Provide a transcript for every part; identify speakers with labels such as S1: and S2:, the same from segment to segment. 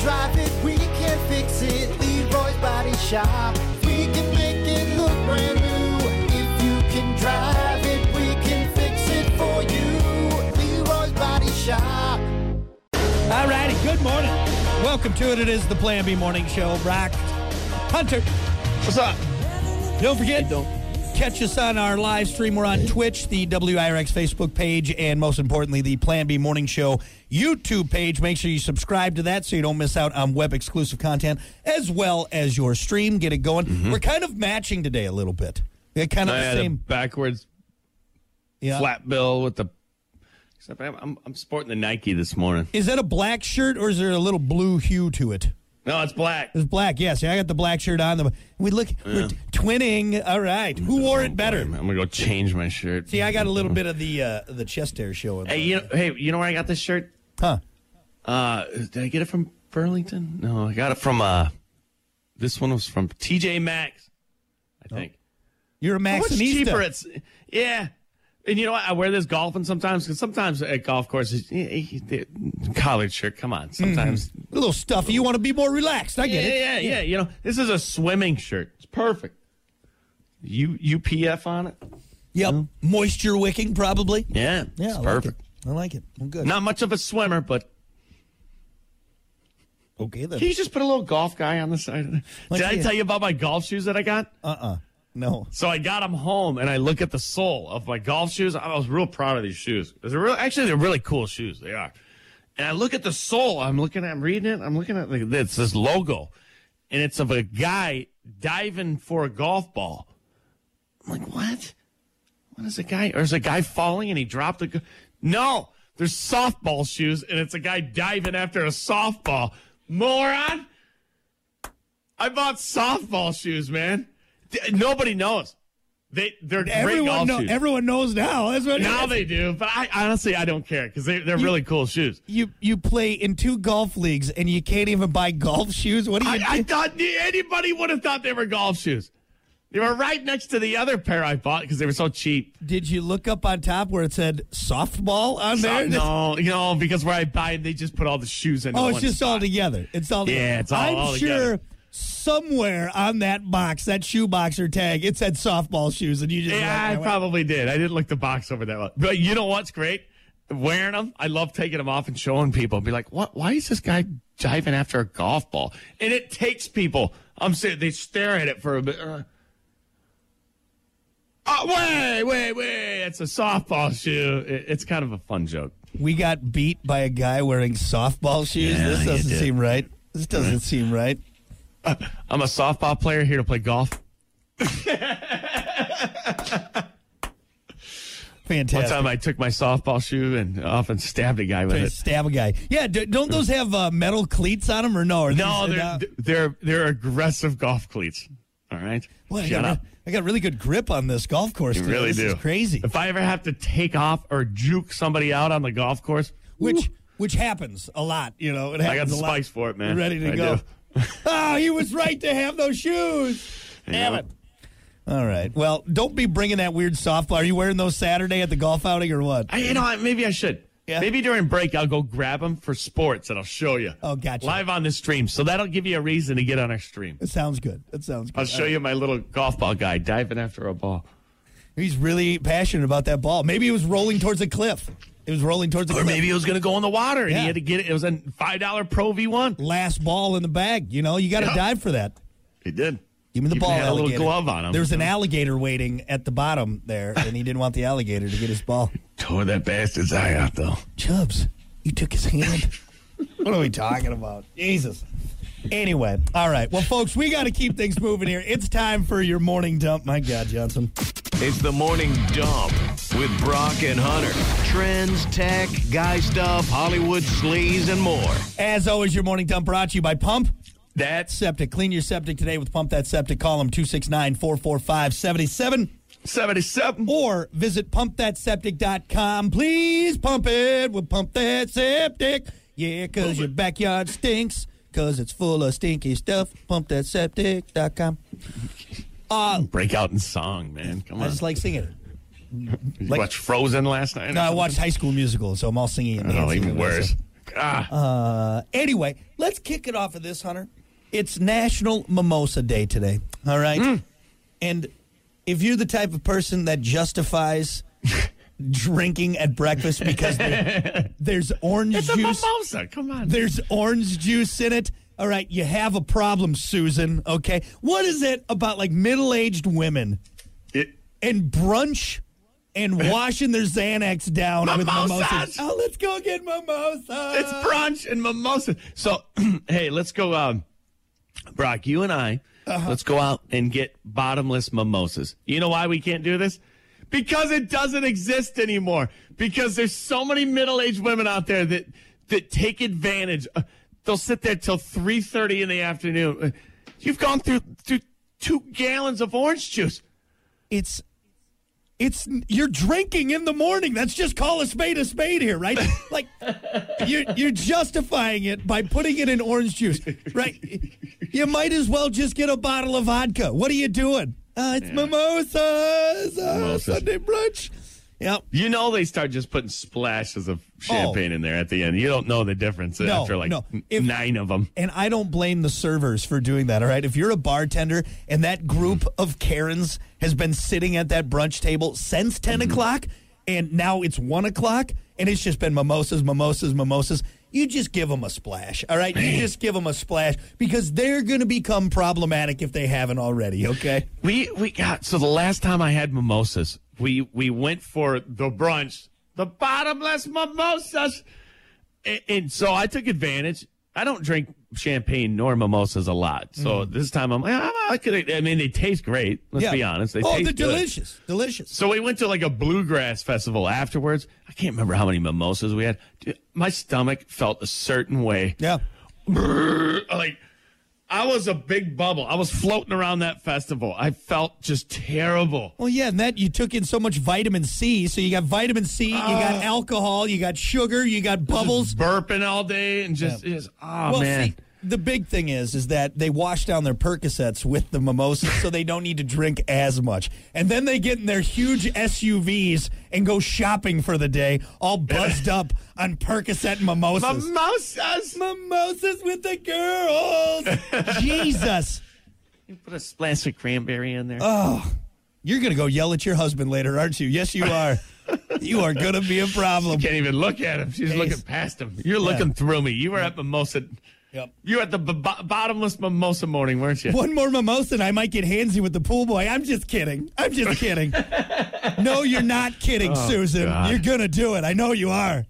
S1: drive it, we can fix it. Leroy's Body Shop. We can make it look brand new. If you can drive it, we can fix it for you. Leroy's Body Shop.
S2: All righty, good morning. Welcome to it. It is the Plan B Morning Show. Rock Hunter.
S3: What's up?
S2: Don't forget,
S3: don't.
S2: catch us on our live stream. We're on Twitch, the WIRX Facebook page, and most importantly, the Plan B Morning Show YouTube page. Make sure you subscribe to that so you don't miss out on web exclusive content as well as your stream. Get it going. We're kind of matching today a little bit. They're kind of
S3: Mm-hmm.
S2: the
S3: I had a
S2: same.
S3: backwards
S2: yeah.
S3: flat bill with the. Except I'm, I'm, I'm sporting the Nike this morning.
S2: Is that a black shirt or is there a little blue hue to it?
S3: No, it's black.
S2: It's black. Yes, I got the black shirt on. The we look we're t- twinning. All right, who wore
S3: Oh,
S2: it better?
S3: I'm gonna go change my shirt.
S2: See, I got a little bit of the uh, the chest hair showing.
S3: Hey, you know, hey, you know where I got this shirt?
S2: huh?
S3: Uh, did I get it from Burlington? No, I got it from uh, this one was from TJ Maxx, I
S2: Oh.
S3: think.
S2: You're a
S3: How much
S2: Maxinista.
S3: cheaper it's? Yeah, and you know what? I wear this golfing sometimes because sometimes at golf courses, eh, eh, eh, collared shirt. Come on,
S2: Mm-hmm.
S3: sometimes
S2: a little stuffy. You want to be more relaxed. I
S3: Yeah,
S2: get it.
S3: yeah, yeah, You know, this is a swimming shirt. It's perfect. U UPF on it.
S2: Yep. Moisture wicking, probably.
S3: Yeah,
S2: Yeah,
S3: Mm-hmm. it's
S2: I like
S3: perfect.
S2: it. I like it. Well, good.
S3: Not much of a swimmer, but
S2: okay then.
S3: can you just put a little golf guy on the side of it?
S2: Let's
S3: Did I
S2: see it.
S3: tell you about my golf shoes that I got?
S2: Uh uh No.
S3: So I got them home, and I look at the sole of my golf shoes. I was real proud of these shoes. They're really, actually, they're really cool shoes. They are. And I look at the sole. I'm looking at. I'm reading it. I'm looking at like, this this logo, and it's of a guy diving for a golf ball. I'm like, what? What is a guy? Or is a guy falling and he dropped the? Go- no, there's softball shoes, and it's a guy diving after a softball. Moron. I bought softball shoes, man. D- nobody knows. They they're great
S2: Everyone
S3: golf
S2: know,
S3: shoes.
S2: Everyone knows now. That's what.
S3: now they do, but I honestly I don't care because they they're really cool shoes.
S2: you you play in two golf leagues and you can't even buy golf shoes. What do you?
S3: I, I thought anybody would have thought they were golf shoes. They were right next to the other pair I bought because they were so cheap.
S2: did you look up on top where it said softball on there?
S3: no, you know, because where I buy, they just put all the shoes in.
S2: Oh, it's just all together. It's all
S3: Yeah,
S2: together.
S3: it's all-
S2: I'm
S3: all
S2: sure
S3: together.
S2: somewhere on that box, that shoe box or tag, it said softball shoes, and you just
S3: Yeah, I
S2: went,
S3: probably did. I didn't look the box over that one. But you know what's great? Wearing them, I love taking them off and showing people. Be like, what? Why is this guy diving after a golf ball? And it takes people. I'm saying they stare at it for a bit. Uh, oh, wait, wait, wait! It's a softball shoe. It- it's kind of a fun joke.
S2: we got beat by a guy wearing softball shoes.
S3: Yeah,
S2: this
S3: you
S2: doesn't
S3: did.
S2: seem right. This doesn't seem right.
S3: I'm a softball player here to play golf. One
S2: Fantastic.
S3: time I took my softball shoe and often stabbed a guy with
S2: Try to
S3: it.
S2: stab a guy. Yeah, d- don't those have uh, metal cleats on them or no? Are
S3: No,
S2: these- uh,
S3: they're they're they're aggressive golf cleats. All right,
S2: Boy, I,
S3: shut
S2: got,
S3: up.
S2: re- I got really good grip on this golf course.
S3: You
S2: today.
S3: really
S2: this
S3: do.
S2: Is crazy.
S3: If I ever have to take off or juke somebody out on the golf course,
S2: Which which happens a lot, you know. It
S3: I got
S2: happens
S3: the
S2: a lot.
S3: spice for it, man.
S2: Ready to
S3: I
S2: go.
S3: do.
S2: oh, he was right to have those shoes. Damn it. All right. Well, don't be bringing that weird softball. Are you wearing those Saturday at the golf outing or what?
S3: I, you know, I- maybe I should.
S2: Yeah.
S3: Maybe during break I'll go grab them for sports and I'll show you.
S2: Oh, gotcha.
S3: Live on the stream, so that'll give you a reason to get on our stream.
S2: That sounds good. That sounds good.
S3: I'll show you my little golf ball guy diving after a ball.
S2: He's really passionate about that ball. Maybe it was rolling towards a cliff. It was rolling towards a
S3: Or
S2: cliff.
S3: maybe it was going to go in the water and
S2: Yeah.
S3: he had to get it. It was a five dollar Pro V one.
S2: last ball in the bag. You know, you got to
S3: Yeah.
S2: dive for that.
S3: He did.
S2: Give me the
S3: Even
S2: ball.
S3: Had a little
S2: alligator.
S3: glove on him.
S2: There was an alligator waiting at the bottom there, and he didn't want the alligator to get his ball.
S3: tore that bastard's eye out though.
S2: Chubbs, you took his hand. what are we talking about? Jesus. Anyway, all right. Well, folks, we got to keep things moving here. It's time for your morning dump. My God, Johnson.
S4: It's the morning dump with Brock and Hunter. Trends, tech, guy stuff, Hollywood sleaze, and more.
S2: As always, your morning dump brought to you by Pump
S3: That's
S2: Septic. Clean your septic today with Pump That Septic. Call them 269 445 77
S3: seventy-seven.
S2: or visit pumpthatseptic.com. Please pump it with Pump That Septic. Yeah, because your backyard stinks because it's full of stinky stuff. Pumpthatseptic.com.
S3: break out in song, man. Come
S2: I
S3: on.
S2: just like singing it.
S3: you watched Frozen last night? or
S2: No, I
S3: something?
S2: watched High School Musical, so I'm all singing and
S3: Oh,
S2: dancing.
S3: even
S2: and
S3: worse. Ah,
S2: stuff. Uh, anyway, let's kick it off of this, Hunter. It's National Mimosa Day today. All right.
S3: Mm.
S2: And if you're the type of person that justifies drinking at breakfast because there- there's orange
S3: It's a
S2: juice,
S3: mimosa. Come on.
S2: there's orange juice in it. All right, you have a problem, Susan. Okay. What is it about like middle-aged women
S3: It-
S2: and brunch and washing their Xanax down with
S3: Mimosas!
S2: mimosas. Oh, let's go get mimosas.
S3: it's brunch and mimosa. So, hey, let's go. Um, Brock, you and I,
S2: Uh-huh.
S3: let's go out and get bottomless mimosas. You know why we can't do this? Because it doesn't exist anymore. Because there's so many middle-aged women out there that that take advantage. Uh, they'll sit there till three thirty in the afternoon. Uh, You've gone through through two gallons of orange juice.
S2: it's it's you're drinking in the morning. That's just call a spade a spade here, right? Like you're you're justifying it by putting it in orange juice, right? You might as well just get a bottle of vodka. What are you doing? Uh, it's mimosas, uh,
S3: Mimosas.
S2: Sunday brunch. Yep.
S3: You know they start just putting splashes of champagne in there at the end. You don't know the difference
S2: Oh. No,
S3: after like
S2: no.
S3: n-
S2: If-
S3: nine of them.
S2: And I don't blame the servers for doing that, all right? If you're a bartender and that group
S3: Mm-hmm.
S2: of Karens has been sitting at that brunch table since 10
S3: Mm-hmm.
S2: o'clock and now it's 1 o'clock and it's just been mimosas, mimosas, mimosas, you just give them a splash, all right? You just give them a splash because they're going to become problematic if they haven't already, okay?
S3: We we got so the last time I had mimosas, we we went for the brunch, the bottomless mimosas, and, and so I took advantage. I don't drink champagne nor mimosas a lot, so
S2: Mm-hmm.
S3: this time I'm like, "Ah, I could. I mean, they taste great. Let's be honest, they
S2: oh,
S3: taste
S2: they're
S3: good.
S2: delicious. Delicious.
S3: So we went to like a bluegrass festival afterwards. I can't remember how many mimosas we had. Dude, my stomach felt a certain way.
S2: Yeah.
S3: Brrr, like I was a big bubble. I was floating around that festival. I felt just terrible.
S2: Well, yeah, and that you took in so much vitamin C. So you got vitamin C, you
S3: Ah.
S2: got alcohol, you got sugar, you got bubbles.
S3: burping all day and just, just oh
S2: Well,
S3: man.
S2: see, the big thing is, is that they wash down their Percocets with the mimosas, so they don't need to drink as much. And then they get in their huge SUVs and go shopping for the day, all buzzed up on Percocet and mimosas.
S3: Mimosas.
S2: mimosas with the girls. Jesus,
S3: You put a splash of cranberry in there.
S2: Oh. you're gonna go yell at your husband later, aren't you? Yes, you are. you are gonna be a problem.
S3: Can't even look at him. She's looking past him. You're looking through me. You were at mimosa.
S2: Yep.
S3: You were at the b- b- bottomless mimosa morning, weren't you?
S2: One more mimosa and I might get handsy with the pool boy. I'm just kidding. I'm just kidding. no, you're not kidding, Susan.
S3: Oh, God.
S2: You're going to do it. I know you are.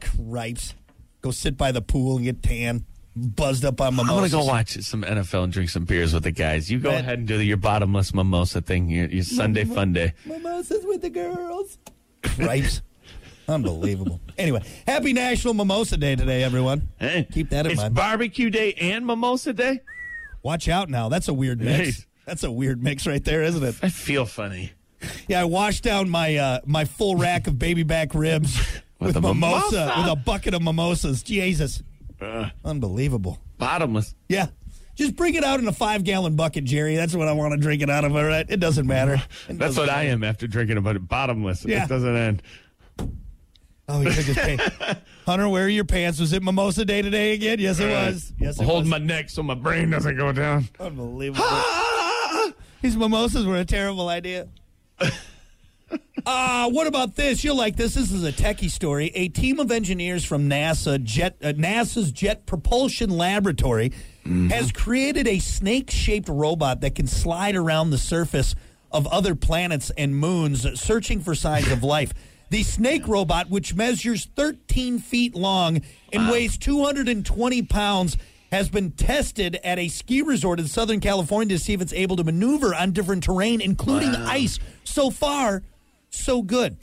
S2: Cripes. Go sit by the pool and get tan, buzzed up on
S3: I'm gonna
S2: mimosas.
S3: go watch some NFL and drink some beers with the guys. You go
S2: Bet.
S3: ahead and do the, your bottomless mimosa thing, your, your Sunday fun day.
S2: Mimosas with the girls. Cripes. Unbelievable. Anyway, happy National Mimosa Day today, everyone.
S3: Hey,
S2: Keep that in
S3: it's
S2: mind.
S3: barbecue day and mimosa day.
S2: Watch out now. That's a weird mix.
S3: Hey.
S2: That's a weird mix right there, isn't it?
S3: I feel funny.
S2: Yeah, I washed down my uh, my full rack of baby back ribs with,
S3: With
S2: a
S3: a
S2: mimosa,
S3: mimosa. Uh.
S2: with a bucket of mimosas. Jesus, unbelievable.
S3: Bottomless.
S2: Yeah, just bring it out in a five gallon bucket, Jerry. That's what I want to drink it out of. All right, it doesn't matter. It
S3: That's
S2: doesn't-
S3: what I am after drinking about it. Bottomless.
S2: Yeah.
S3: It doesn't end.
S2: Oh, he took his pants. Hunter, where are your pants? Was it mimosa day today again? Yes, it was. Yes, it
S3: Hold
S2: was.
S3: my neck so my brain doesn't go down.
S2: Unbelievable. These mimosas were a terrible idea. Uh, what about this? You'll like this. This is a techie story. A team of engineers from NASA jet uh, NASA's Jet Propulsion Laboratory has created a snake-shaped robot that can slide around the surface of other planets and moons, searching for signs of life. The snake robot, which measures 13 feet long and weighs 220 pounds, has been tested at a ski resort in Southern California to see if it's able to maneuver on different terrain, including ice. So far, so good.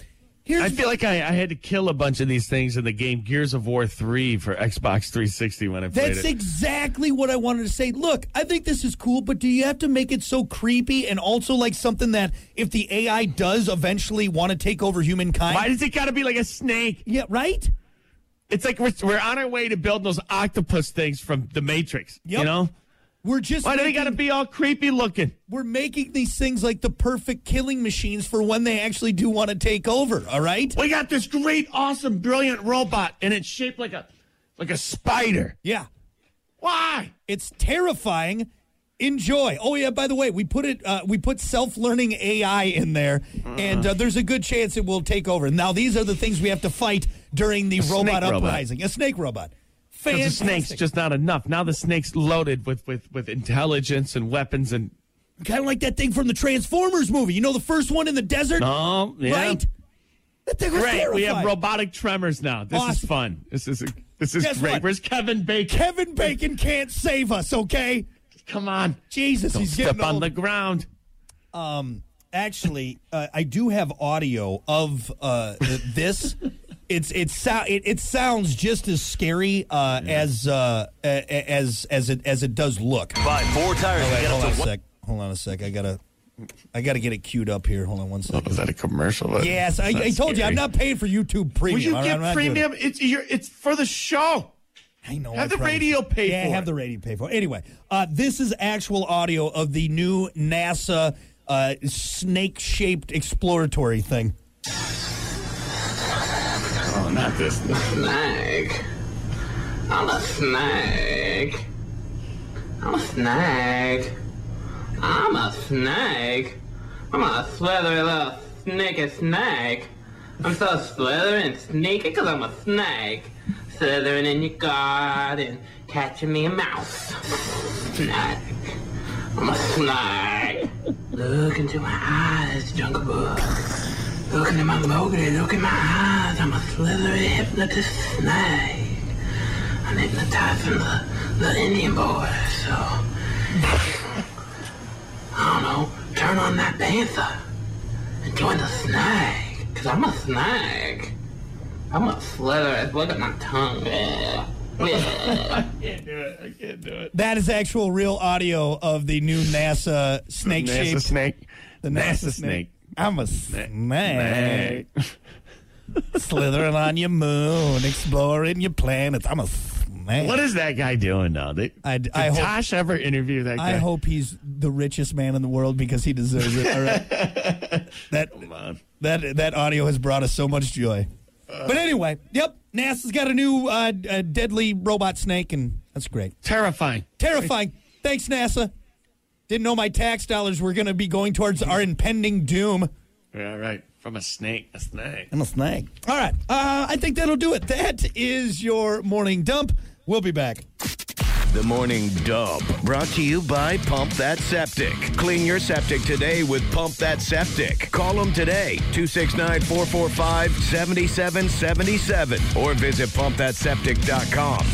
S2: Here's
S3: I feel like I, I had to kill a bunch of these things in the game Gears of War 3 for Xbox 360 when I played
S2: that's
S3: it.
S2: exactly what I wanted to say. Look, I think this is cool, but do you have to make it so creepy and also like something that if the AI does eventually want to take over humankind?
S3: Why does it got to be like a snake?
S2: yeah, right?
S3: It's like we're, we're on our way to building those octopus things from The Matrix.
S2: Yep.
S3: You know?
S2: We're just
S3: Why do they
S2: making,
S3: got to be all creepy looking?
S2: we're making these things like the perfect killing machines for when they actually do want to take over, all right?
S3: We got this great, awesome, brilliant robot, and it's shaped like a like a spider.
S2: Yeah.
S3: Why?
S2: It's terrifying. Enjoy. Oh yeah. By the way, we put it. Uh, we put self-learning AI in there, and uh, there's a good chance it will take over. Now these are the things we have to fight during the
S3: snake
S2: robot
S3: robot.
S2: uprising. A snake robot.
S3: 'Cause the
S2: Fantastic.
S3: snake's just not enough. Now the snake's loaded with with with intelligence and weapons and
S2: kind of like that thing from the Transformers movie. You know, the first one in the desert,
S3: oh yeah.
S2: right? That thing was
S3: Great. We have
S2: terrifying.
S3: robotic tremors now. This is
S2: Awesome.
S3: fun. This is this is
S2: Guess
S3: great.
S2: what?
S3: Where's Kevin Bacon?
S2: Kevin Bacon can't save us. Okay,
S3: Come on.
S2: Jesus,
S3: Don't
S2: he's
S3: step
S2: getting
S3: on
S2: old.
S3: the ground.
S2: actually, uh, I do have audio of uh, th- this. It's it, so- it it sounds just as scary uh, as uh, a- a- as as it as it does look.
S5: Buy four tires
S2: All
S5: and
S2: right,
S5: get
S2: hold
S5: up
S2: on a
S5: to one.
S2: sec. Hold on a sec. I gotta I gotta get it queued up here. Hold on one second.
S3: Was that a commercial? That-
S2: Yes, I, I
S3: that's
S2: told you
S3: scary.
S2: I'm not paying for YouTube Premium.
S3: Will you
S2: all right? I'm
S3: get
S2: not doing it.
S3: premium? It's your, it's for the show.
S2: I know.
S3: Have
S2: I
S3: the
S2: probably-
S3: radio pay
S2: yeah,
S3: for
S2: have
S3: it.
S2: the radio pay for it. Anyway, uh, this is actual audio of the new NASA uh, snake-shaped exploratory thing.
S3: Oh, not this.
S6: snake. I'm a snake. I'm a snake. I'm a snake. I'm a slithery little sneaky snake. I'm so slithery and sneaky because I'm a snake. Slithering in your garden, catching me a mouse. Snake. I'm a snake. Look into my eyes, Jungle Book. Look into my mogul, look in my eyes. I'm a slithery hypnotist snake. I'm hypnotizing the, the Indian boy, so. I don't know. Turn on that panther and join the snake. Cause I'm a snake. I'm a slithery. Look at my tongue. Yeah. Yeah.
S3: can't do it. I can't do it.
S2: That is actual real audio of the new NASA
S3: NASA
S2: snake-shaped.
S3: snake.
S2: the Eh.
S3: NASA snake.
S2: I'm a snake. Slithering on your moon, exploring your planets. I'm a snake.
S3: What is that guy doing now? They,
S2: I-
S3: did
S2: I hope-
S3: Tosh ever interview that guy?
S2: I hope he's the richest man in the world because he deserves it. All right. that
S3: Come on.
S2: That that audio has brought us so much joy. but anyway, yep, NASA's got a new uh, d- uh, deadly robot snake, and that's great.
S3: Terrifying.
S2: Terrifying. Thanks, NASA. Didn't know my tax dollars were going to be going towards our impending doom.
S3: Yeah, right. From a snake. A snake.
S2: I'm a snake. All right, uh, I think that'll do it. That is your morning dump. We'll be back.
S4: The Morning Dump, brought to you by Pump That Septic. Clean your septic today with Pump That Septic. Call them today, 269-445-7777, or visit pumpthatseptic.com.